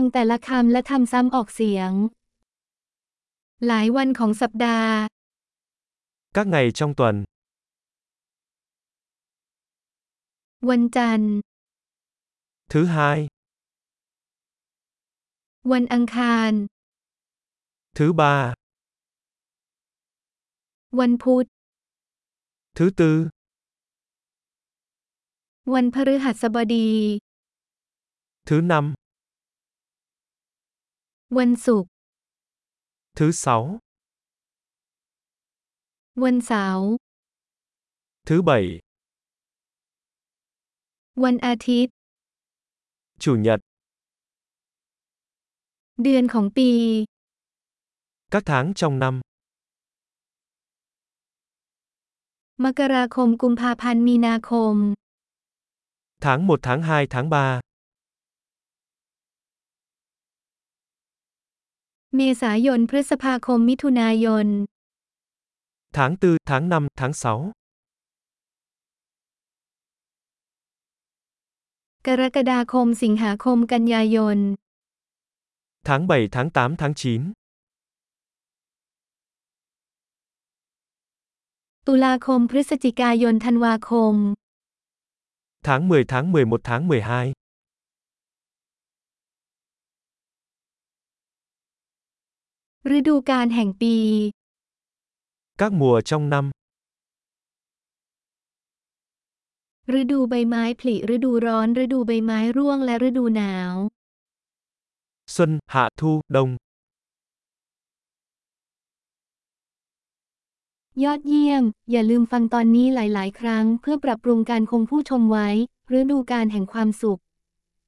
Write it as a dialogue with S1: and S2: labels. S1: งแต่ละคำและทำซ้ำออกเสียง หลายวันของสัปดาห์
S2: Các ngày trong tuần,
S1: วันจันทร์
S2: thứ hai,
S1: วันอังคาร
S2: thứ ba,
S1: วันพุธ
S2: thứ tư,
S1: วันพฤหัสบดี
S2: thứ năm,
S1: วันศุกร์
S2: thứ sáu,
S1: วันเสาร์
S2: thứ bảy,
S1: วันอาทิตย์
S2: chủ nhật,
S1: เดือนของปี
S2: các tháng trong năm,
S1: มกราคมกุมภาพันธ์มีนาคม
S2: tháng 1, tháng 2, tháng 3,
S1: เมษายนพฤษภาคมมิถุนายน
S2: tháng 4, tháng 5, tháng 6,
S1: กรกฎาคมสิงหาคมกันยายน
S2: tháng 7, tháng 8, tháng 9,
S1: ตุลาคมพฤศจิกายนธันวาคม
S2: tháng 10, tháng 11, tháng 12,
S1: ฤดูกาลแห่งปี
S2: các mùa trong năm,
S1: ฤดูใบไม้ผลิฤดูร้อน ฤดูใบไม้ร่วงและฤดูหนาว
S2: xuân, hạ, thu, đông,
S1: ยอดเยี่ยม อย่าลืมฟังตอนนี้หลาย ๆ ครั้ง เพื่อปรับปรุงการคงผู้ชมไว้ ฤดูกาลแห่งความสุข